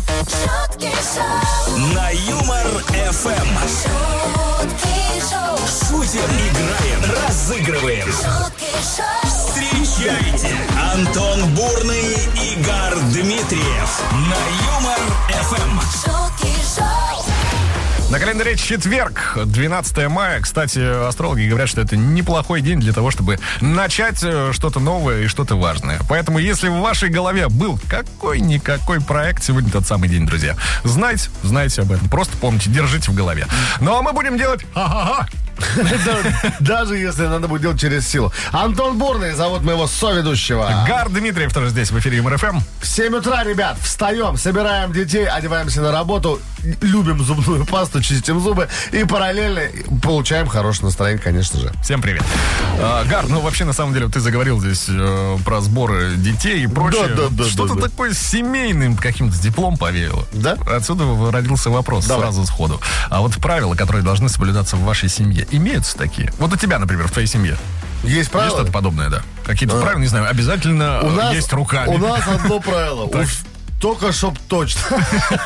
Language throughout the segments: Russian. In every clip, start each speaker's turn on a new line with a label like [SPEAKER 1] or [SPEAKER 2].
[SPEAKER 1] Шутки шоу,
[SPEAKER 2] На Юмор ФМ.
[SPEAKER 1] шутки шоу,
[SPEAKER 2] Шутим, играем, разыгрываем.
[SPEAKER 1] шутки шоу,
[SPEAKER 2] Встречайте Антон Бурный, Игорь Дмитриев на Юмор Эм. ФМ.
[SPEAKER 1] шутки шоу,
[SPEAKER 3] На календаре четверг, 12 мая. Кстати, астрологи говорят, что это неплохой день для того, чтобы начать э, что-то новое и что-то важное. Поэтому, если в вашей голове был какой-никакой проект, сегодня тот самый день, друзья. Знайте, знайте об этом. Просто помните, держите в голове. Ну, а мы будем делать... Ха-ха-ха!
[SPEAKER 4] Да, Даже если надо будет делать через силу. Антон Бурный, зовут моего соведущего.
[SPEAKER 3] Гар Дмитриев тоже здесь, в эфире МРФМ.
[SPEAKER 4] В 7 утра, ребят, встаем, собираем детей, одеваемся на работу, любим зубную пасту, чистим зубы и параллельно получаем хорошее настроение, конечно же.
[SPEAKER 3] Всем привет. А, Гар, ну вообще на самом деле ты заговорил здесь э, про сборы детей и прочее.
[SPEAKER 4] Да, да, да,
[SPEAKER 3] Что-то
[SPEAKER 4] да, да.
[SPEAKER 3] такое семейным каким-то диплом повеяло.
[SPEAKER 4] Да?
[SPEAKER 3] Отсюда родился вопрос
[SPEAKER 4] Давай.
[SPEAKER 3] сразу сходу. А вот правила, которые должны соблюдаться в вашей семье, имеются такие? Вот у тебя, например, в твоей семье.
[SPEAKER 4] Есть
[SPEAKER 3] Есть
[SPEAKER 4] правила? А.
[SPEAKER 3] что-то подобное, да? Какие-то правила, не знаю, обязательно
[SPEAKER 4] У
[SPEAKER 3] э,
[SPEAKER 4] нас,
[SPEAKER 3] есть руками.
[SPEAKER 4] У нас одно правило. У
[SPEAKER 3] Так.
[SPEAKER 4] в- Только чтоб точно.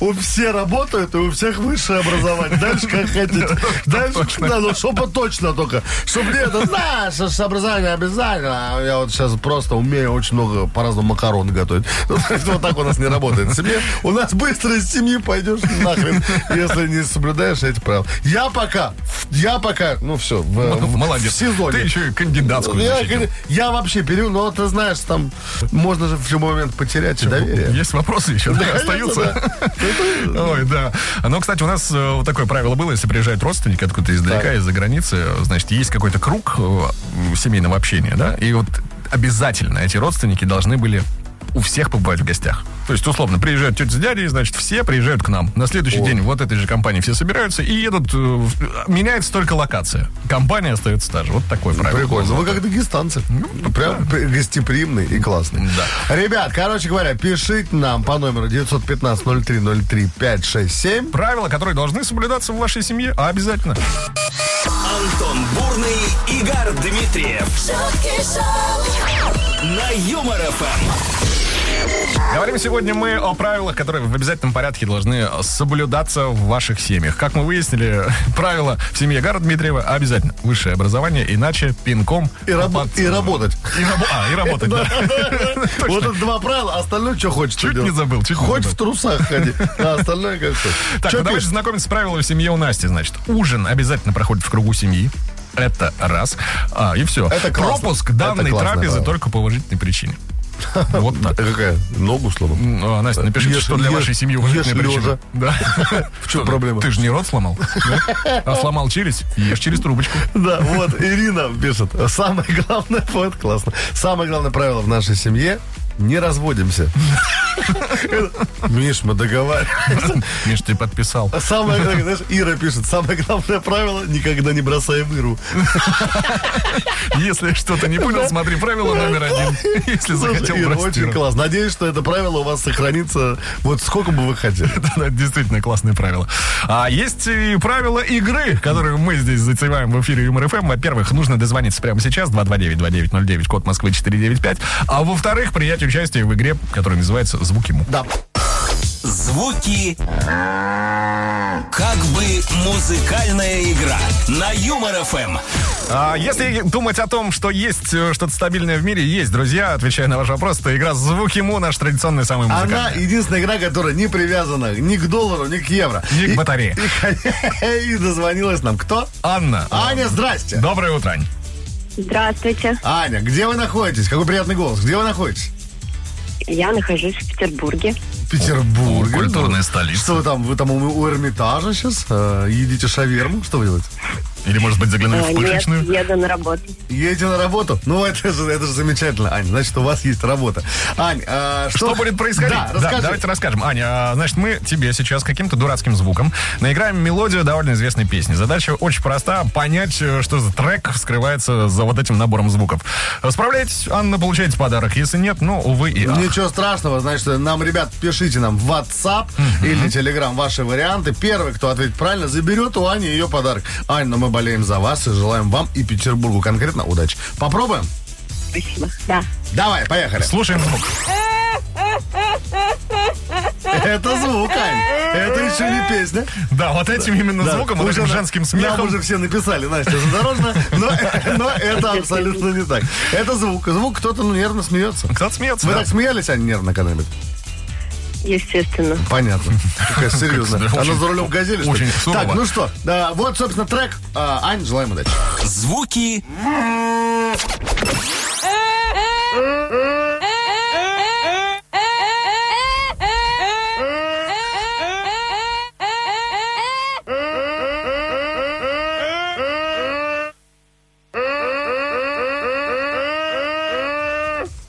[SPEAKER 4] У все работают, и у всех высшее образование. Дальше как хотите. Дальше, да, ну чтобы точно только. Чтобы нет, да, да, что ж образование обязательно. А Я вот сейчас просто умею очень много по-разному макарон готовить. Ну, то есть Вот так у нас не работает. В Семье, у нас быстро из семьи пойдешь нахрен, если не соблюдаешь эти правила. Я пока, я пока, ну все, в, в-
[SPEAKER 3] Молодец.
[SPEAKER 4] в сезоне.
[SPEAKER 3] Ты еще и кандидатскую
[SPEAKER 4] Я,
[SPEAKER 3] защитил.
[SPEAKER 4] говорю, я вообще период, но ты знаешь, там можно же в любой момент потерять и доверие.
[SPEAKER 3] Есть вопросы еще да,
[SPEAKER 4] Конечно,
[SPEAKER 3] остаются?
[SPEAKER 4] да.
[SPEAKER 3] Ой, да. Но, кстати, у нас э, вот такое правило было, если приезжает родственник откуда-то издалека,
[SPEAKER 4] Так.
[SPEAKER 3] из-за границы, э, значит, есть какой-то круг э, семейного общения, да, и вот обязательно эти родственники должны были у всех побывать в гостях. То есть, условно, приезжают тетя с дядей, значит, все приезжают к нам. На следующий день вот этой же компании все собираются и едут. э, в- Меняется только локация. Компания остается та же. Вот такое правило.
[SPEAKER 4] Прикольно. Вы как дагестанцы. Прям при- гостеприимный и классный.
[SPEAKER 3] Ну, Да.
[SPEAKER 4] Ребят, короче говоря, пишите нам по номеру 915-0303-567.
[SPEAKER 3] Правила, которые должны соблюдаться в вашей семье, а обязательно.
[SPEAKER 2] Антон Бурный, Игорь Дмитриев
[SPEAKER 1] шутки шоу,
[SPEAKER 2] на Юмор Эм. ФМ.
[SPEAKER 3] Говорим сегодня мы о правилах, которые в обязательном порядке должны соблюдаться в ваших семьях. Как мы выяснили, правила в семье Гара Дмитриева обязательно высшее образование, иначе пинком
[SPEAKER 4] И, рабо-
[SPEAKER 3] под-
[SPEAKER 4] и работать.
[SPEAKER 3] И рабо- а, и работать, да. Точно.
[SPEAKER 4] Вот это два правила, остальное что хочешь.
[SPEAKER 3] Чуть
[SPEAKER 4] делай.
[SPEAKER 3] не забыл, чуть не
[SPEAKER 4] Хоть
[SPEAKER 3] забыл.
[SPEAKER 4] в трусах ходи, а остальное как хочешь.
[SPEAKER 3] Так,
[SPEAKER 4] Чё
[SPEAKER 3] ну давайте
[SPEAKER 4] пишешь?
[SPEAKER 3] знакомиться с правилами в семье у Насти, значит. Ужин обязательно проходит в кругу семьи. Это раз. А, и все.
[SPEAKER 4] Это классно.
[SPEAKER 3] Пропуск
[SPEAKER 4] Это
[SPEAKER 3] данной
[SPEAKER 4] классное
[SPEAKER 3] трапезы
[SPEAKER 4] правило.
[SPEAKER 3] только по уважительной причине. Вот так.
[SPEAKER 4] А Какая? Ногу сломал.
[SPEAKER 3] Ну, а, Настя, напишите,
[SPEAKER 4] Ешь-
[SPEAKER 3] что для
[SPEAKER 4] ешь-
[SPEAKER 3] вашей семьи
[SPEAKER 4] ешь
[SPEAKER 3] уважительная причина.
[SPEAKER 4] лёжа.
[SPEAKER 3] Да.
[SPEAKER 4] В чем проблема?
[SPEAKER 3] Ты же не рот сломал, да? А сломал через, ешь через трубочку.
[SPEAKER 4] Да, вот Ирина пишет. Самое главное, вот классно. Самое главное правило в нашей семье не разводимся. Миш, мы договариваемся.
[SPEAKER 3] Миш, ты подписал.
[SPEAKER 4] Самое, главное, знаешь, Ира пишет, самое главное правило, никогда не бросаем Иру.
[SPEAKER 3] Если что-то не понял, смотри правило номер один. Если захотел,
[SPEAKER 4] Ира,
[SPEAKER 3] прости.
[SPEAKER 4] очень классно. Надеюсь, что это правило у вас сохранится вот сколько бы вы хотели.
[SPEAKER 3] Это действительно классные правила. А есть и правила игры, которые мы здесь затеваем в эфире Юмор ФМ. Во-первых, нужно дозвониться прямо сейчас, 229-2909, код Москвы 495. А во-вторых, принять участие в игре, которая называется «Звуки му».
[SPEAKER 4] Да.
[SPEAKER 2] Звуки как бы музыкальная игра на Юмор Эм. ФМ.
[SPEAKER 3] А если думать о том, что есть э, что-то стабильное в мире, есть, друзья, отвечая на ваш вопрос, то игра «Звуки Му» наш традиционный самый музыкальный.
[SPEAKER 4] Она единственная игра, которая не привязана ни к доллару, ни к евро.
[SPEAKER 3] Ник
[SPEAKER 4] И-
[SPEAKER 3] батарея.
[SPEAKER 4] И дозвонилась нам кто?
[SPEAKER 3] Анна.
[SPEAKER 4] Аня, здрасте.
[SPEAKER 3] Доброе утро, Ань.
[SPEAKER 5] Здравствуйте.
[SPEAKER 4] Аня, где вы находитесь? Какой приятный голос. Где вы находитесь?
[SPEAKER 5] Я нахожусь в Петербурге.
[SPEAKER 4] В
[SPEAKER 3] О,
[SPEAKER 4] Петербурге.
[SPEAKER 3] культурная столица.
[SPEAKER 4] Что вы там? Вы там у, у Эрмитажа сейчас? э, едите шаверму? Что вы делаете?
[SPEAKER 3] Или, может быть, заглянули
[SPEAKER 5] Э,
[SPEAKER 3] в
[SPEAKER 5] Нет,
[SPEAKER 3] пышечную?
[SPEAKER 5] еду на работу.
[SPEAKER 4] Едете на работу? Ну, это же, это же замечательно, Ань. Значит, у вас есть работа. Ань, а что...
[SPEAKER 3] Что будет происходить?
[SPEAKER 4] Да, расскажи.
[SPEAKER 3] давайте расскажем. Аня, а, значит, мы тебе сейчас каким-то дурацким звуком наиграем мелодию довольно известной песни. Задача очень проста — понять, э, что за трек скрывается за вот этим набором звуков. Справляйтесь, Анна, получаете подарок. Если нет, ну, увы и ах.
[SPEAKER 4] Ничего страшного, значит, нам, ребят, пишите нам в WhatsApp или Telegram ваши варианты. Первый, кто ответит правильно, заберет у Ани ее подарок. Ань, ну мы болеем за вас и желаем вам и Петербургу конкретно удачи. Попробуем?
[SPEAKER 5] Спасибо. Да.
[SPEAKER 4] Давай, поехали.
[SPEAKER 3] Слушаем звук.
[SPEAKER 4] Это звук, Ань. Это еще не песня.
[SPEAKER 3] Да, вот этим именно
[SPEAKER 4] Да,
[SPEAKER 3] звуком, вот
[SPEAKER 4] уже
[SPEAKER 3] этим
[SPEAKER 4] на-
[SPEAKER 3] женским смехом.
[SPEAKER 4] Нам уже все написали, Настя, задорожно, но, но это абсолютно не так. Это звук. Звук кто-то ну, нервно смеется.
[SPEAKER 3] Кто-то смеется,
[SPEAKER 4] Вы
[SPEAKER 3] да.
[SPEAKER 4] так смеялись, Ань, нервно когда-нибудь?
[SPEAKER 5] Естественно.
[SPEAKER 4] Понятно. Такая серьезная.
[SPEAKER 3] Как, да,
[SPEAKER 4] Она
[SPEAKER 3] очень-
[SPEAKER 4] за рулем газели, что ли?
[SPEAKER 3] очень сурово.
[SPEAKER 4] Так, ну что, да, вот, собственно, трек. А, Ань, желаем удачи.
[SPEAKER 2] Звуки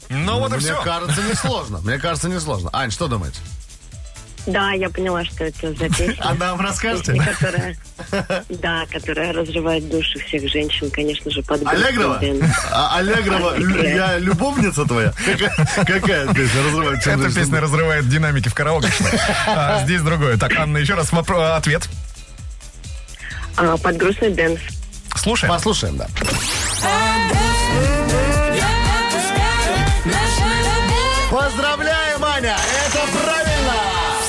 [SPEAKER 3] Ну вот и
[SPEAKER 4] Мне
[SPEAKER 3] все.
[SPEAKER 4] кажется, несложно. Мне кажется, несложно. Ань, что думаете?
[SPEAKER 5] Да, я поняла, что это за
[SPEAKER 4] А
[SPEAKER 5] песня.
[SPEAKER 4] нам расскажете?
[SPEAKER 5] Песня, которая, да, которая разрывает души всех женщин, конечно же, под грустный
[SPEAKER 4] Аллегрова?
[SPEAKER 5] дэнс.
[SPEAKER 4] А, Аллегрова, лю- я любовница твоя? Какая, какая песня разрывает всю
[SPEAKER 3] Эта
[SPEAKER 4] жизнь?
[SPEAKER 3] песня разрывает динамики в караокешной. А здесь другое. Так, Анна, еще раз вопро- ответ.
[SPEAKER 5] А, под грустный дэнс.
[SPEAKER 3] Слушай.
[SPEAKER 4] Послушаем, да. Поздравляем, Аня! Это правильно!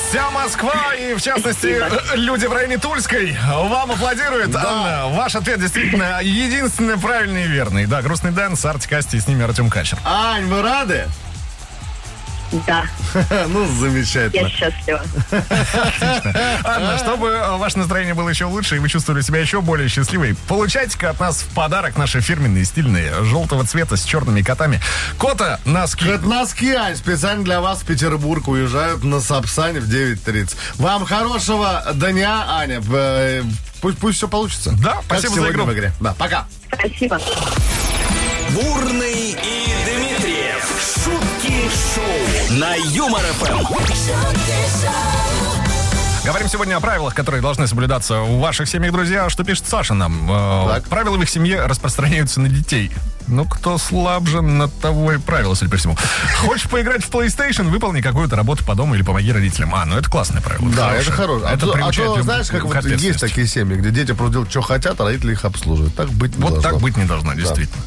[SPEAKER 3] Вся Москва и, в частности, э, люди в районе Тульской вам аплодируют. Анна, ваш ответ действительно единственный правильный и верный. Да, «Грустный Дэнс», Артик Асти, и с ними Артем Качер.
[SPEAKER 4] Ань, вы рады?
[SPEAKER 5] Да,
[SPEAKER 4] Ну,
[SPEAKER 5] я
[SPEAKER 4] замечательно.
[SPEAKER 5] счастлива.
[SPEAKER 3] Анна, чтобы э, ваше настроение было еще лучше и вы чувствовали себя еще более счастливой, получайте-ка от нас в подарок наши фирменные стильные желтого цвета с черными котами. Кота носки.
[SPEAKER 4] Это носки, Ань, специально для вас в Петербург уезжают на Сапсане в 9.30. Вам хорошего дня, Аня. Э, Пусть, пусть все получится.
[SPEAKER 3] Да,
[SPEAKER 4] Как
[SPEAKER 3] спасибо за
[SPEAKER 4] сегодня
[SPEAKER 3] игру.
[SPEAKER 4] в игре. Да, пока.
[SPEAKER 5] Спасибо.
[SPEAKER 2] Бурный и Дмитриев. Шутки шоу на Юмор Эм. ФМ.
[SPEAKER 3] Говорим сегодня о правилах, которые должны соблюдаться в ваших семьях, друзья. А Что пишет Саша нам? Э,
[SPEAKER 4] Так.
[SPEAKER 3] Правила в их семье распространяются на детей. Ну, кто слабже, на того и правила, судя по всему. Хочешь поиграть в PlayStation, выполни какую-то работу по дому или помоги родителям. А, ну это классное правило.
[SPEAKER 4] Да,
[SPEAKER 3] хорошее.
[SPEAKER 4] это хорошо. А
[SPEAKER 3] Это
[SPEAKER 4] то- а,
[SPEAKER 3] приучает
[SPEAKER 4] то,
[SPEAKER 3] люб-
[SPEAKER 4] знаешь, как
[SPEAKER 3] к
[SPEAKER 4] вот есть
[SPEAKER 3] ответственности.
[SPEAKER 4] такие семьи, где дети просто делают, что хотят, а родители их обслуживают. Так быть не
[SPEAKER 3] Вот
[SPEAKER 4] должно.
[SPEAKER 3] так быть не должно, действительно.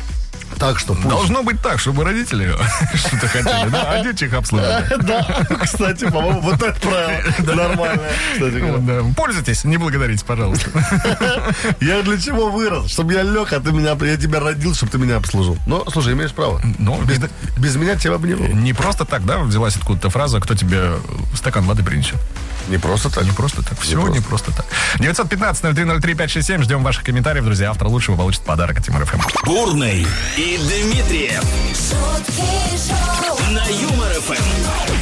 [SPEAKER 4] Так что пусть.
[SPEAKER 3] Должно быть так, чтобы родители что-то хотели, да, а дети их обслуживали.
[SPEAKER 4] Да, кстати, по-моему, вот это правило нормальное. кстати говоря.
[SPEAKER 3] Да. Пользуйтесь, не благодарите, пожалуйста.
[SPEAKER 4] Я для чего вырос? Чтобы я лег, а ты меня, я тебя родил, чтобы ты меня обслужил. Ну, слушай, имеешь право.
[SPEAKER 3] Ну,
[SPEAKER 4] без,
[SPEAKER 3] это-
[SPEAKER 4] без меня тебя бы не было.
[SPEAKER 3] Не просто так, да, взялась откуда-то фраза, кто тебе стакан воды принесет.
[SPEAKER 4] Не просто так.
[SPEAKER 3] Не просто так. Все не просто, так. 915-0303-567. Ждем ваших комментариев, друзья. Автор лучшего получит подарок от Юмор ФМ.
[SPEAKER 2] Бурный и Дмитриев на Юмор ФМ.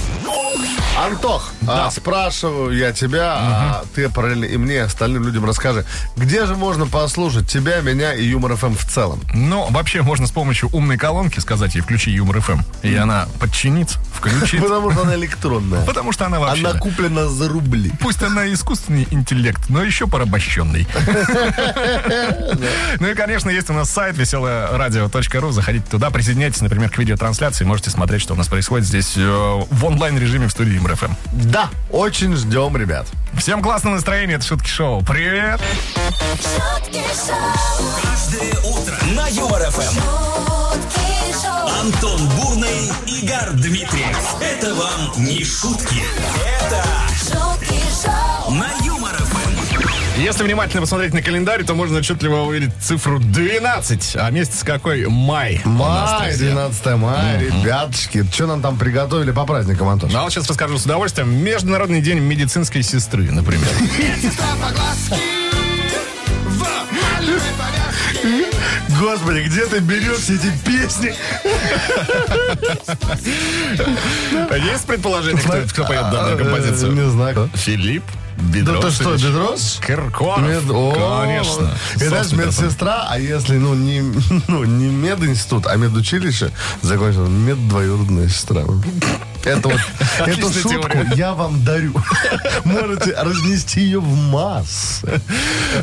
[SPEAKER 4] Антох, а, спрашиваю я тебя, а ты параллельно и мне, и остальным людям расскажи, где же можно послушать тебя, меня и Юмор ФМ в целом?
[SPEAKER 3] Но Ну, вообще можно с помощью умной колонки сказать ей «включи Юмор ФМ». И она подчинится, включит.
[SPEAKER 4] Потому что она электронная.
[SPEAKER 3] Потому что она вообще...
[SPEAKER 4] Она куплена за рубли.
[SPEAKER 3] Пусть она искусственный интеллект, но еще порабощенный. Ну и, конечно, есть у нас сайт веселорадио.ру. Заходите туда, присоединяйтесь, например, к видеотрансляции. Можете смотреть, что у нас происходит здесь э, в онлайн-режиме в студии МРФМ.
[SPEAKER 4] Да, очень ждем, ребят.
[SPEAKER 3] Всем классного настроения, это Шутки Шоу. Привет!
[SPEAKER 2] Каждое утро на Юмор ФМ. Антон Бурный, Игорь Дмитриев. Это вам не шутки. Это на Юмор ФМ.
[SPEAKER 3] Если внимательно посмотреть на календарь, то можно отчетливо увидеть цифру 12. А месяц какой? Май. у нас,
[SPEAKER 4] Май,
[SPEAKER 3] друзья.
[SPEAKER 4] 12 мая, ребятушки. Что нам там приготовили по праздникам, Антош?
[SPEAKER 3] Ну, а вот сейчас расскажу с удовольствием. Международный день медицинской сестры, например.
[SPEAKER 4] Господи, где ты берешь все эти песни?
[SPEAKER 3] Есть предположение, кто, это, кто поет данную
[SPEAKER 4] А, э,
[SPEAKER 3] композицию?
[SPEAKER 4] Не знаю.
[SPEAKER 3] Филипп
[SPEAKER 4] Да ты
[SPEAKER 3] Бедросович.
[SPEAKER 4] что, Бедрос?
[SPEAKER 3] Киркоров.
[SPEAKER 4] Мед- О,
[SPEAKER 3] Конечно.
[SPEAKER 4] И знаешь,
[SPEAKER 3] Собственно,
[SPEAKER 4] медсестра, а если, ну, не, ну, не мединститут, а медучилище, закончила меддвоюродная сестра. Это вот, эту
[SPEAKER 3] Отличная
[SPEAKER 4] шутку
[SPEAKER 3] теория.
[SPEAKER 4] я вам дарю. Можете разнести ее в массы.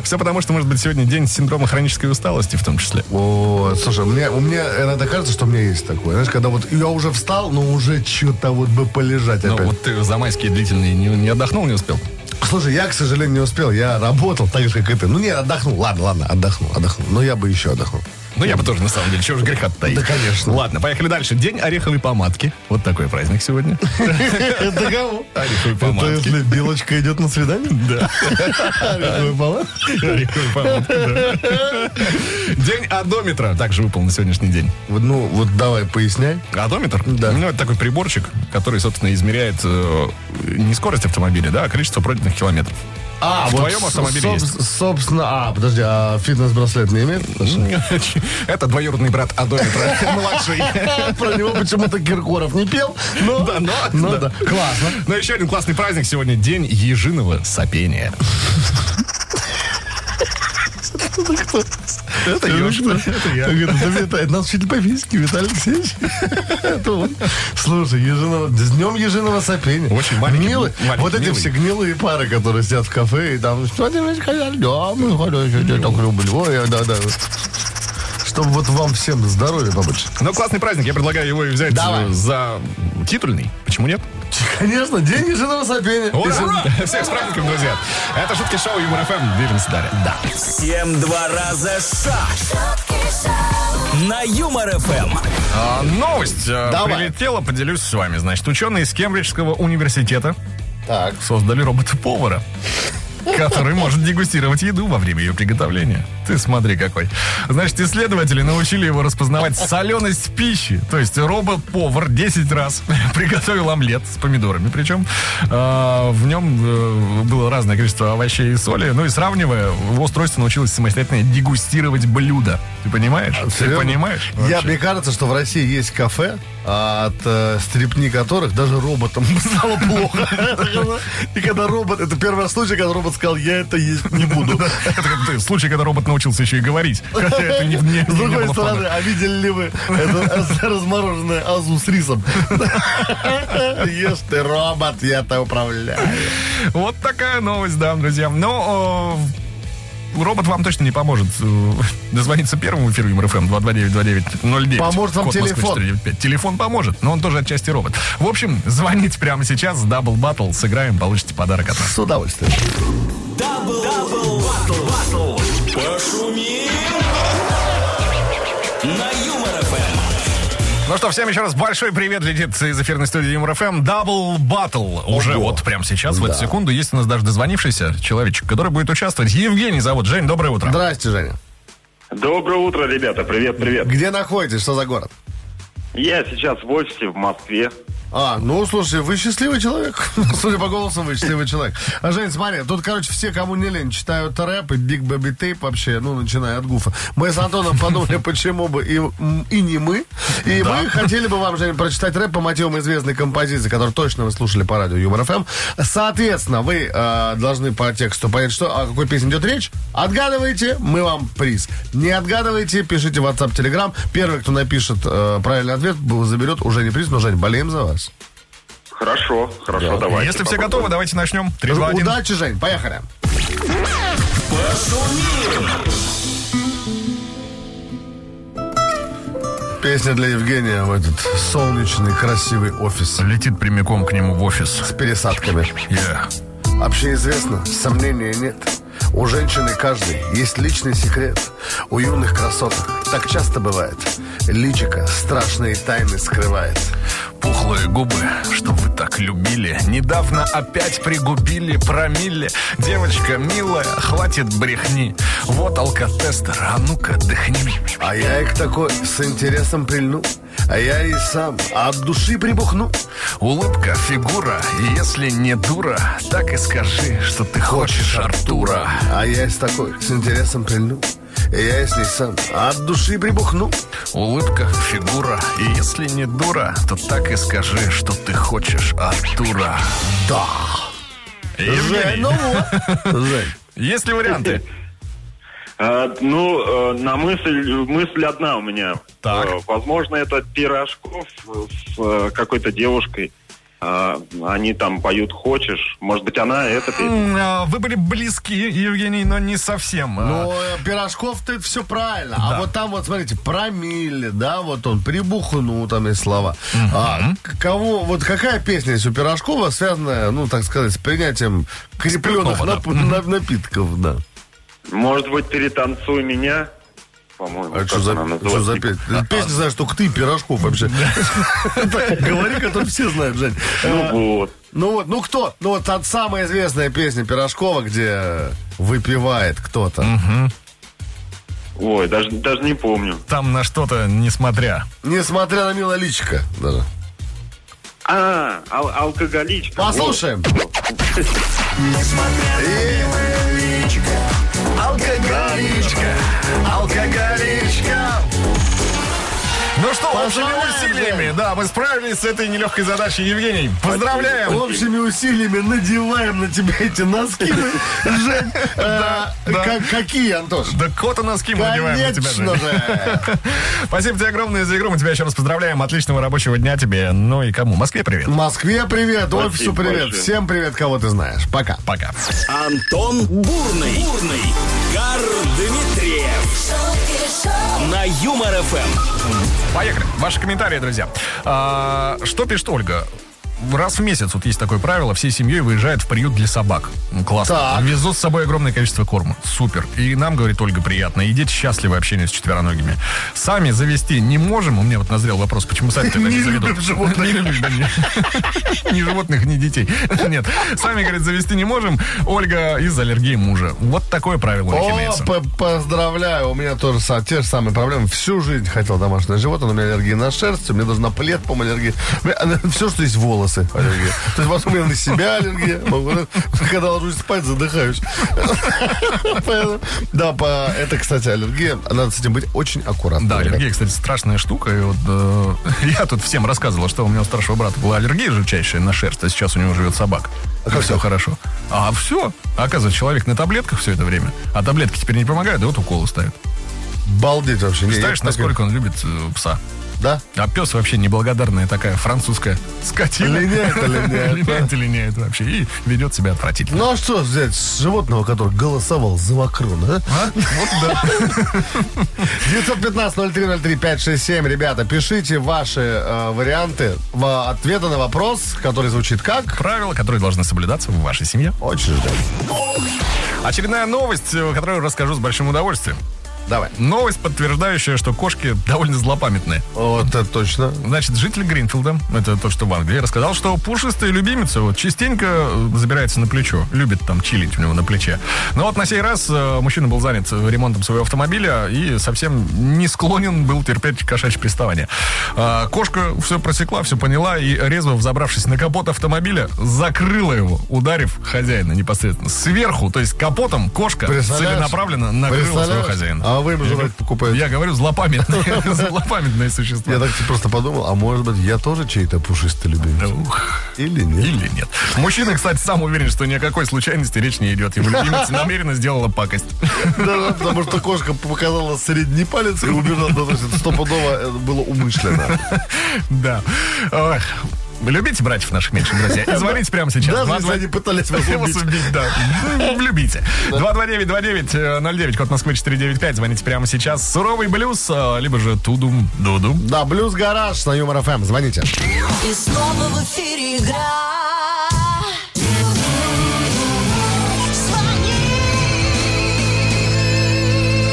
[SPEAKER 3] Все потому, что, может быть, сегодня день синдрома хронической усталости в том числе.
[SPEAKER 4] О, слушай, мне, у меня иногда кажется, что у меня есть такое. Знаешь, когда вот я уже встал, но уже что-то вот бы полежать
[SPEAKER 3] Но
[SPEAKER 4] опять.
[SPEAKER 3] Ну вот ты за майские длительные не, не отдохнул, не успел?
[SPEAKER 4] Слушай, я, к сожалению, не успел. Я работал так же, как и ты. Ну, не, отдохнул. Ладно, ладно, отдохнул, отдохнул. Но я бы еще отдохнул.
[SPEAKER 3] Ну, я бы тоже, на самом деле, чего же греха таить.
[SPEAKER 4] Да, конечно.
[SPEAKER 3] Ладно, поехали дальше. День ореховой помадки. Вот такой праздник сегодня.
[SPEAKER 4] Это кого?
[SPEAKER 3] Ореховой
[SPEAKER 4] Это
[SPEAKER 3] помадки.
[SPEAKER 4] если белочка идет на свидание? Да.
[SPEAKER 3] Ореховой помадки, да. День одометра также выпал на сегодняшний день.
[SPEAKER 4] Ну, вот давай поясняй.
[SPEAKER 3] Одометр?
[SPEAKER 4] Да.
[SPEAKER 3] Ну, это такой приборчик, который, собственно, измеряет э, не скорость автомобиля, да, а количество пройденных километров.
[SPEAKER 4] А,
[SPEAKER 3] в
[SPEAKER 4] вот
[SPEAKER 3] твоем
[SPEAKER 4] с-
[SPEAKER 3] автомобиле
[SPEAKER 4] соб-
[SPEAKER 3] есть.
[SPEAKER 4] Собственно, а, подожди, а фитнес-браслет не имеет? отношения?
[SPEAKER 3] Это двоюродный брат одометра, младший.
[SPEAKER 4] Про него почему-то Киркоров не пел, но...
[SPEAKER 3] Да, но-
[SPEAKER 4] Ну
[SPEAKER 3] да.
[SPEAKER 4] да, классно.
[SPEAKER 3] Но еще один классный праздник сегодня день ежиного сопения. Это еж.
[SPEAKER 4] Это я. нас учили по физике, Виталий Алексеевич. Это он. Слушай, ежиного, с днем ежиного сопения.
[SPEAKER 3] Очень маленький,
[SPEAKER 4] Гнилые-
[SPEAKER 3] маленький,
[SPEAKER 4] Вот эти
[SPEAKER 3] милый.
[SPEAKER 4] все гнилые пары, которые сидят в кафе и там... Что ты мне сказал? Да, мы хорошие, я так люблю. Ой, я- да, да. Чтобы вот вам всем здоровья побольше.
[SPEAKER 3] Но Ну, классный праздник, я предлагаю его и взять
[SPEAKER 4] Давай.
[SPEAKER 3] э, за титульный. Почему нет?
[SPEAKER 4] Конечно, день ежиного сопения.
[SPEAKER 3] Ура! Всех с праздником, друзья! Это «Шутки шоу» Юмор ФМ. Движемся далее. Да.
[SPEAKER 2] Всем два раза ша
[SPEAKER 1] шутки шоу,
[SPEAKER 2] на Юмор ФМ.
[SPEAKER 3] А, новость э,
[SPEAKER 4] Давай.
[SPEAKER 3] прилетела, поделюсь с вами. Значит, ученые из Кембриджского университета
[SPEAKER 4] Так.
[SPEAKER 3] создали робота-повара, который может дегустировать еду во время ее приготовления. Ты смотри какой. Значит, исследователи научили его распознавать соленость пищи. То есть робот-повар 10 раз приготовил омлет с помидорами. Причем э, в нем э, было разное количество овощей и соли. Ну и сравнивая, его устройство научилось самостоятельно дегустировать блюдо. Ты понимаешь? Ты
[SPEAKER 4] Серьезно?
[SPEAKER 3] понимаешь?
[SPEAKER 4] Я,
[SPEAKER 3] вообще?
[SPEAKER 4] мне кажется, что в России есть кафе, а от э, стрипни которых даже роботам стало плохо. И когда робот... Это первый случай, когда робот сказал, я это есть не буду.
[SPEAKER 3] Это как ты, случай, когда робот научился еще и говорить. Хотя это не, не-
[SPEAKER 4] С
[SPEAKER 3] не было
[SPEAKER 4] другой
[SPEAKER 3] в
[SPEAKER 4] стороны,
[SPEAKER 3] планах.
[SPEAKER 4] а видели ли вы это размороженное азу с рисом? Ешь ты, робот, я-то управляю.
[SPEAKER 3] Вот такая новость, да, друзья. Но э, робот вам точно не поможет. Э, Дозвониться первому эфиру МРФМ 229-2909.
[SPEAKER 4] Поможет вам
[SPEAKER 3] Код Москвы
[SPEAKER 4] телефон.
[SPEAKER 3] 495. Телефон поможет, но он тоже отчасти робот. В общем, звоните прямо сейчас. Дабл Баттл. Сыграем, получите подарок от нас.
[SPEAKER 4] С удовольствием.
[SPEAKER 2] Дабл, дабл, батл, батл. Пошумим на Юмор ФМ.
[SPEAKER 3] Ну что, всем еще раз большой привет летит из эфирной студии Юмор ФМ. Дабл Баттл. Уже вот прямо сейчас, в эту секунду, есть у нас даже дозвонившийся человечек, который будет участвовать. Евгений зовут. Жень, доброе утро.
[SPEAKER 4] Здрасте, Женя.
[SPEAKER 6] Доброе утро, ребята. Привет, привет.
[SPEAKER 4] Где находитесь? Что за город?
[SPEAKER 6] Я сейчас в офисе в Москве.
[SPEAKER 4] А, ну, слушай, вы счастливый человек. Судя по голосу, вы счастливый человек. А, Жень, смотри, тут, короче, все, кому не лень, читают рэп и Биг Бэби Тейп вообще, ну, начиная от гуфа. Мы с Антоном подумали, почему бы и, м, и не мы. И мы хотели бы вам, Жень, прочитать рэп по мотивам известной композиции, которую точно вы слушали по радио Юмор ФМ. Соответственно, вы э, должны по тексту понять, что, о какой песне идет речь. Отгадываете, мы вам приз. Не отгадывайте, пишите в WhatsApp, Telegram. Первый, кто напишет э, правильный ответ, б- заберет уже не приз, но, Жень, болеем за вас.
[SPEAKER 6] Хорошо, хорошо, давайте.
[SPEAKER 3] Если все готовы, давайте начнем. Три, два, один.
[SPEAKER 4] Удачи, Жень, поехали. Песня для Евгения в этот солнечный, красивый офис
[SPEAKER 3] Летит прямиком к нему в офис.
[SPEAKER 4] с пересадками.
[SPEAKER 3] Я.
[SPEAKER 4] Общеизвестно, сомнения нет. У женщины каждый есть личный секрет. У юных красоток так часто бывает. Личика страшные тайны скрывает.
[SPEAKER 3] Пухлые губы, что вы так любили. Недавно опять пригубили промилле. Девочка милая, хватит брехни. Вот алкотестер, а ну-ка дыхни.
[SPEAKER 4] А я и к такой с интересом прильну. А я и сам от души прибухну.
[SPEAKER 3] Улыбка, фигура, и если не дура, так и скажи, что ты хочешь Артура.
[SPEAKER 4] А я с такой с интересом прильну. И я с ней сам от души прибухну.
[SPEAKER 3] Улыбка, фигура, и если не дура, то так и скажи, что ты хочешь Артура.
[SPEAKER 4] Да. Жень,
[SPEAKER 3] Евгений,
[SPEAKER 4] ну вот. Жень.
[SPEAKER 3] есть ли варианты?
[SPEAKER 6] А, ну, э, на мысль, мысль одна у меня.
[SPEAKER 3] Так.
[SPEAKER 6] Э, возможно, это пирожков с э, какой-то девушкой. А, они там поют «Хочешь». Может быть, она это песня?
[SPEAKER 3] М, а, Вы были близки, Евгений, но не совсем. А,
[SPEAKER 4] Ну, э, пирожков ты все правильно.
[SPEAKER 3] Да.
[SPEAKER 4] А вот там вот, смотрите, промилле, да, вот он прибухнул, там есть слова. А, к- кого, вот какая песня есть у Пирожкова, связанная, ну, так сказать, с принятием крепленных
[SPEAKER 3] Спиртного, да.
[SPEAKER 4] нап- на- напитков, да.
[SPEAKER 6] Может быть, «Перетанцуй меня». по-моему.
[SPEAKER 4] А
[SPEAKER 6] как
[SPEAKER 4] что за,
[SPEAKER 6] она
[SPEAKER 4] что
[SPEAKER 6] называется.
[SPEAKER 4] за песня? Песня, знаешь, только ты, пирожков вообще. Говори, который все знают, Жень. А,
[SPEAKER 6] Ну вот.
[SPEAKER 4] Ну вот, ну кто? Ну вот от самая известная песня Пирожкова, где выпивает кто-то.
[SPEAKER 6] Ой, даже, даже не помню.
[SPEAKER 3] Там на что-то, несмотря.
[SPEAKER 4] Несмотря на милое личико даже.
[SPEAKER 6] А, ал- алкоголичка.
[SPEAKER 4] Послушаем. Алкоголичка, алкоголичка.
[SPEAKER 3] Ну что, общими
[SPEAKER 4] Поздравляем,
[SPEAKER 3] усилиями, да, мы справились с этой нелегкой задачей, Евгений. Поздравляем!
[SPEAKER 4] Общими усилиями надеваем на тебя эти носки. Жень, э,
[SPEAKER 3] да.
[SPEAKER 4] как- какие, Антош?
[SPEAKER 3] Да кота носки мы надеваем на тебя.
[SPEAKER 4] Конечно
[SPEAKER 3] Жень.
[SPEAKER 4] же.
[SPEAKER 3] Спасибо тебе огромное за игру. Мы тебя еще раз поздравляем. Отличного рабочего дня тебе. Ну и кому? Москве привет.
[SPEAKER 4] Москве привет, офису привет,
[SPEAKER 6] большое.
[SPEAKER 4] всем привет, кого ты знаешь. Пока.
[SPEAKER 3] Пока.
[SPEAKER 2] Антон Бурный. Бурный. Гар Дмитриев.
[SPEAKER 1] шутки шоу,
[SPEAKER 2] На Юмор ФМ.
[SPEAKER 3] Поехали. Ваши комментарии, друзья. А, что пишет Ольга? Раз в месяц, вот есть такое правило, всей семьей выезжает в приют для собак. М, Классно.
[SPEAKER 4] Так.
[SPEAKER 3] Везут с собой огромное количество корма. Супер. И нам, говорит Ольга, приятно. И дети счастливы общению с четвероногими. Сами завести не можем. У меня вот назрел вопрос, почему сами тогда не
[SPEAKER 4] Не
[SPEAKER 3] заведут.
[SPEAKER 4] любим животных.
[SPEAKER 3] Не любим, да, не. Ни животных, ни детей. Нет. Сами, говорит, завести не можем. Ольга из-за аллергии мужа. Вот такое правило у них
[SPEAKER 4] О,
[SPEAKER 3] имеется.
[SPEAKER 4] п- поздравляю, у меня тоже со- те же самые проблемы. Всю жизнь хотел домашнее животное, но у меня аллергия на шерсть, у меня даже на плед, по-моему, аллергия. Все, что есть волосы, аллергия. То есть потом у меня на себя аллергия. Могу- Когда ложусь спать, задыхаюсь. Поэтому- Да, по- это, кстати, аллергия. Надо с этим быть очень аккуратным.
[SPEAKER 3] Да,
[SPEAKER 4] ребят.
[SPEAKER 3] аллергия, кстати, страшная штука. И вот, э, я тут всем рассказывал, что у меня у старшего брата была аллергия жутчайшая на шерсть, а сейчас у него живет собака. И все хорошо. А все. Оказывается, человек на таблетках все это время, а таблетки теперь не помогают, да вот уколы ставят.
[SPEAKER 4] Балдеть вообще. Не,
[SPEAKER 3] Представляешь,
[SPEAKER 4] я такой-
[SPEAKER 3] насколько он любит э, пса.
[SPEAKER 4] Да?
[SPEAKER 3] А пес вообще неблагодарная такая французская скотина.
[SPEAKER 4] Линяет, а линяет,
[SPEAKER 3] Линяет и линяет вообще. И ведет себя отвратительно.
[SPEAKER 4] Ну а что взять с животного, который голосовал за Макрона, а?
[SPEAKER 3] А? Вот да.
[SPEAKER 4] 915-0303-567. Ребята, пишите ваши э, варианты в ответа на вопрос, который звучит как.
[SPEAKER 3] Правила, которые должны соблюдаться в вашей семье.
[SPEAKER 4] Очень ждем.
[SPEAKER 3] Очередная новость, э, которую расскажу с большим удовольствием.
[SPEAKER 4] Давай.
[SPEAKER 3] Новость, подтверждающая, что кошки довольно злопамятные.
[SPEAKER 4] Вот это точно.
[SPEAKER 3] Значит, житель Гринфилда, это то, что в Англии, рассказал, что пушистая любимица вот частенько э, забирается на плечо, любит там чилить у него на плече. Но вот на сей раз э, мужчина был занят э, ремонтом своего автомобиля и совсем не склонен был терпеть кошачье приставание. А, Кошка все просекла, все поняла и, резво взобравшись на капот автомобиля, закрыла его, ударив хозяина непосредственно. Сверху, то есть капотом, кошка
[SPEAKER 4] Представляешь?
[SPEAKER 3] целенаправленно накрыла своего
[SPEAKER 4] Представляешь?
[SPEAKER 3] хозяина.
[SPEAKER 4] А вы им жрать покупаете?
[SPEAKER 3] Я говорю, злопамятные, злопамятные существа.
[SPEAKER 4] Я так просто подумал, а может быть, я тоже чей-то пушистый
[SPEAKER 3] Да,
[SPEAKER 4] любимец?
[SPEAKER 3] ух.
[SPEAKER 4] Или нет?
[SPEAKER 3] Или нет. Мужчина, кстати, сам уверен, что ни о какой случайности речь не идет. Его любимица намеренно сделала пакость.
[SPEAKER 4] Да, потому что кошка показала средний палец и убежала. Да, то есть это стопудово э, было умышленно.
[SPEAKER 3] Да. Ох. Любите братьев наших меньших, друзья. И звоните прямо сейчас.
[SPEAKER 4] Даже если
[SPEAKER 3] 22
[SPEAKER 4] они пытались вас
[SPEAKER 3] Его
[SPEAKER 4] убить.
[SPEAKER 3] субить, да. Ну, Любите. 229-29-09, э, код Москвы 495. Звоните прямо сейчас. Суровый блюз, а, либо же тудум дудум.
[SPEAKER 4] Да, Блюз Гараж на Юмор ФМ. Звоните.
[SPEAKER 1] и снова в эфире игра. Звони.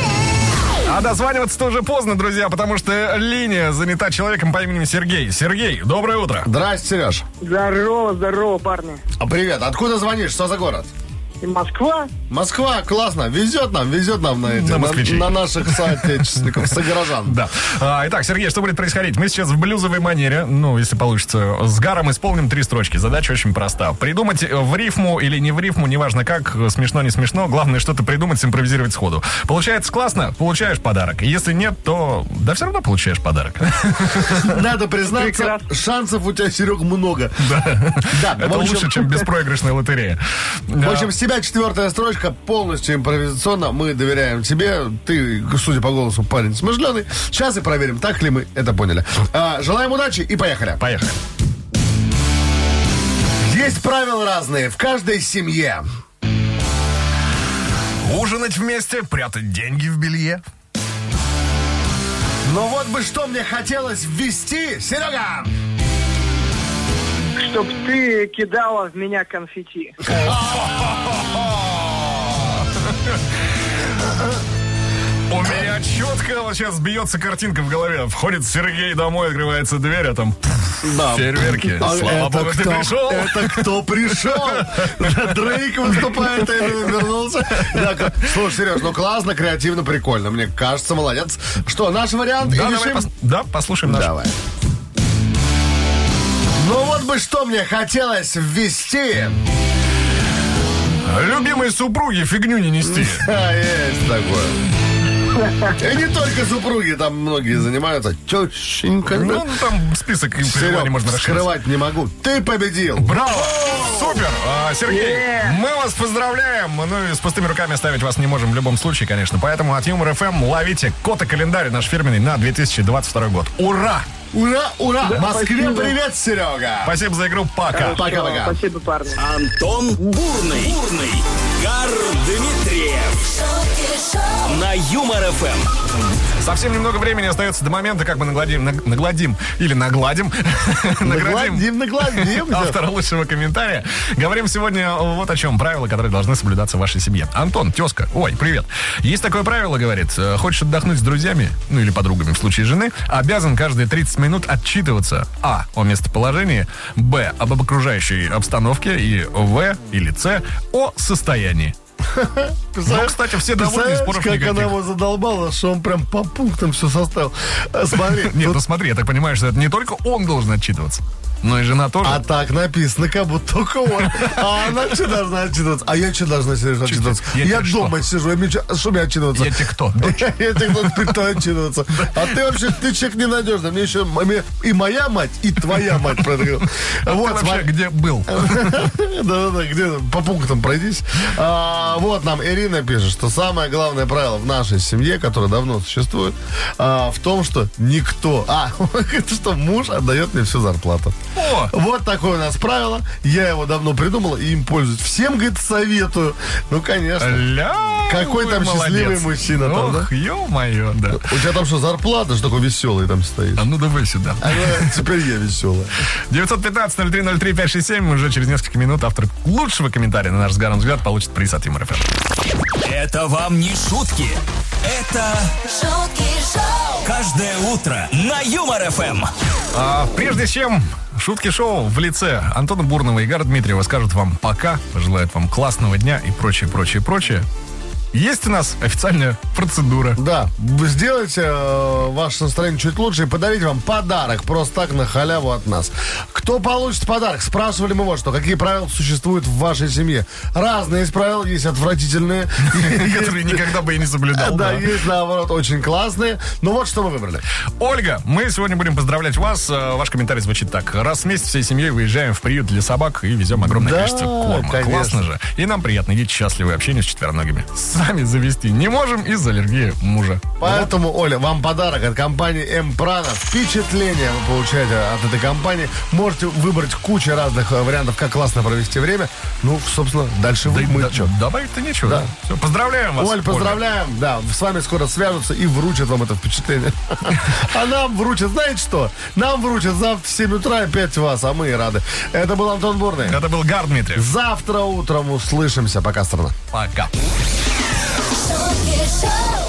[SPEAKER 3] А дозваниваться тоже поздно, друзья, потому что линия занята человеком по имени Сергей. Сергей, доброе утро.
[SPEAKER 4] Здрасте, Сереж.
[SPEAKER 5] Здорово, здорово, парни.
[SPEAKER 4] А, Привет. Откуда звонишь? Что за город?
[SPEAKER 5] И Москва?
[SPEAKER 4] Москва, классно, везет нам, везет нам на эти,
[SPEAKER 3] На москвичей.
[SPEAKER 4] на наших соотечественников, согорожан.
[SPEAKER 3] Да. А, Итак, Сергей, что будет происходить? Мы сейчас в блюзовой манере, ну, если получится, с Гаром исполним три строчки. Задача очень проста. Придумать э, в рифму или не в рифму, неважно как, э, смешно, не смешно, главное что-то придумать, симпровизировать сходу. Получается классно? Получаешь подарок. Если нет, то... Да все равно получаешь подарок.
[SPEAKER 4] Надо признаться,
[SPEAKER 5] Прекрасно.
[SPEAKER 4] шансов у тебя, Серег, много. Да.
[SPEAKER 3] Это
[SPEAKER 4] в общем,
[SPEAKER 3] лучше, чем беспроигрышная лотерея.
[SPEAKER 4] В
[SPEAKER 3] Да.
[SPEAKER 4] общем, с тебя четвертая строчка полностью импровизационно. Мы доверяем тебе. Ты, судя по голосу, парень смышленый. Сейчас и проверим, так ли мы это поняли. А, желаем удачи и поехали.
[SPEAKER 3] Поехали.
[SPEAKER 4] Есть правила разные в каждой семье.
[SPEAKER 3] Ужинать вместе, прятать деньги в белье.
[SPEAKER 4] Но вот бы что мне хотелось ввести, Серега!
[SPEAKER 5] Чтоб ты кидала в меня конфетти.
[SPEAKER 3] У меня четко вот сейчас бьется картинка в голове. Входит Сергей домой, открывается дверь, а там
[SPEAKER 7] Да.
[SPEAKER 3] фейерверки.
[SPEAKER 4] А
[SPEAKER 3] Слава
[SPEAKER 4] это
[SPEAKER 3] богу, ты
[SPEAKER 4] кто?
[SPEAKER 3] пришел.
[SPEAKER 4] Это кто пришел? Дрейк выступает и вернулся. Да, к- Слушай, Сереж, ну классно, креативно, прикольно. Мне кажется, молодец. Что, наш вариант? И
[SPEAKER 3] Да, давай
[SPEAKER 4] решим?
[SPEAKER 3] пос- да, послушаем наш.
[SPEAKER 4] Давай. Ну вот бы что мне хотелось ввести.
[SPEAKER 3] Любимой супруге фигню не нести.
[SPEAKER 4] А, есть такое. И не только супруги, там многие занимаются. Тещенька.
[SPEAKER 3] Ну, там список и
[SPEAKER 4] Серег,
[SPEAKER 3] призваний можно расширить.
[SPEAKER 4] скрывать не могу. Ты победил.
[SPEAKER 3] Браво! Супер! А, Сергей, мы вас поздравляем. Ну и с пустыми руками оставить вас не можем в любом случае, конечно. Поэтому от Юмор ФМ ловите кота-календарь наш фирменный на 2022 год. Ура!
[SPEAKER 4] Ура, ура! Москве привет, Серега!
[SPEAKER 3] Спасибо за игру. Пока.
[SPEAKER 4] Пока-пока.
[SPEAKER 5] Спасибо, парни.
[SPEAKER 2] Антон Бурный. Бурный. Гар Дмитриев.
[SPEAKER 1] шутки шоу,
[SPEAKER 2] На Юмор ФМ.
[SPEAKER 3] Совсем немного времени остается до момента, как мы нагладим, наг- нагладим или нагладим, наградим
[SPEAKER 4] Нагладим, нагладим.
[SPEAKER 3] автора лучшего комментария. Говорим сегодня вот о чем. Правила, которые должны соблюдаться в вашей семье. Антон, тезка, ой, привет. Есть такое правило, говорит, э, хочешь отдохнуть с друзьями, ну или подругами в случае жены, обязан каждые 30 минут отчитываться а. о местоположении, б. об окружающей обстановке и в. или с. о состоянии. Ну, кстати, все довольны,
[SPEAKER 4] Представляешь,
[SPEAKER 3] споров
[SPEAKER 4] как она
[SPEAKER 3] никаких.
[SPEAKER 4] его задолбала, что он прям по пунктам все составил. А, Смотри,
[SPEAKER 3] Нет,
[SPEAKER 4] тут-
[SPEAKER 3] ну смотри, я так понимаю, что это не только он должен отчитываться, но и жена тоже.
[SPEAKER 4] а так написано, как будто только он. А она что должна отчитываться? А я что должна, Сережа, отчитываться?
[SPEAKER 3] Я
[SPEAKER 4] Я,
[SPEAKER 3] тебе
[SPEAKER 4] дома сижу, и мне чё- что мне отчитываться?
[SPEAKER 3] Я тебе кто, дочь?
[SPEAKER 4] Я тебе кто кто отчитываться. А ты вообще, ты человек ненадежный. Мне еще и моя мать, и твоя мать про это говорила.
[SPEAKER 3] Вот
[SPEAKER 4] Вот,
[SPEAKER 3] А вообще
[SPEAKER 4] смотри.
[SPEAKER 3] где был.
[SPEAKER 4] Да-да-да, где по пунктам пройдись. А, Вот нам Ирина пишет, что самое главное правило в нашей семье, которое давно существует, а, в том, что никто... А, это что муж отдает мне всю зарплату.
[SPEAKER 3] О!
[SPEAKER 4] Вот такое у нас правило. Я его давно придумал и им пользуюсь. Всем, говорит, советую. Ну, конечно.
[SPEAKER 3] Ля,
[SPEAKER 4] Какой
[SPEAKER 3] вы
[SPEAKER 4] там счастливый мужчина там,
[SPEAKER 3] Ох, ё-моё, да.
[SPEAKER 4] У тебя там что, зарплата, что такой веселый там стоит?
[SPEAKER 3] А ну давай сюда.
[SPEAKER 4] А, ну, Теперь я веселый.
[SPEAKER 3] 915-0303-567. Уже через несколько минут автор лучшего комментария, на наш с Гаром взгляд, получит приз от Юмор ФМ.
[SPEAKER 2] Это вам не шутки. Это
[SPEAKER 1] шутки шоу,
[SPEAKER 2] каждое утро на Юмор ФМ.
[SPEAKER 3] А прежде чем шутки шоу в лице Антона Бурного и Игоря Дмитриева скажут вам пока, пожелают вам классного дня и прочее, прочее, прочее. Есть у нас официальная процедура.
[SPEAKER 4] Да, вы сделайте э, ваше настроение чуть лучше и подарите вам подарок просто так на халяву от нас. Кто получит подарок? Спрашивали мы вот что. Какие правила существуют в вашей семье? Разные есть правила, есть отвратительные. э,
[SPEAKER 3] Который никогда бы и не соблюдал.
[SPEAKER 4] Да,
[SPEAKER 3] да.
[SPEAKER 4] есть наоборот очень классные. Но вот что мы выбрали.
[SPEAKER 3] Ольга, мы сегодня будем поздравлять вас. Э, Ваш комментарий звучит так. Раз в месяц всей семьей выезжаем в приют для собак и везем огромное
[SPEAKER 4] Да,
[SPEAKER 3] количество корма.
[SPEAKER 4] конечно.
[SPEAKER 3] Классно же. И нам приятно видеть счастливое общение с четвероногими. Сами завести не можем из-за аллергии мужа.
[SPEAKER 4] Поэтому, Оля, вам подарок от компании М-Прана. Впечатление вы получаете от этой компании. Можете выбрать кучу разных э, вариантов, как классно провести время. Ну, собственно, дальше вы.
[SPEAKER 3] и
[SPEAKER 4] мы
[SPEAKER 3] да-
[SPEAKER 4] чё?
[SPEAKER 3] добавить-то нечего.
[SPEAKER 4] Да.
[SPEAKER 3] Все, поздравляем вас.
[SPEAKER 4] Оль,
[SPEAKER 3] Ольга.
[SPEAKER 4] поздравляем. Да, с вами скоро свяжутся и вручат вам это впечатление. А нам вручат, знаете что? Нам вручат завтра в 7 утра опять вас, а мы и рады. Это был Антон Бурный.
[SPEAKER 3] Это был Гар Дмитриев.
[SPEAKER 4] Завтра утром услышимся. Пока, страна.
[SPEAKER 3] Пока.
[SPEAKER 1] шутки шоу.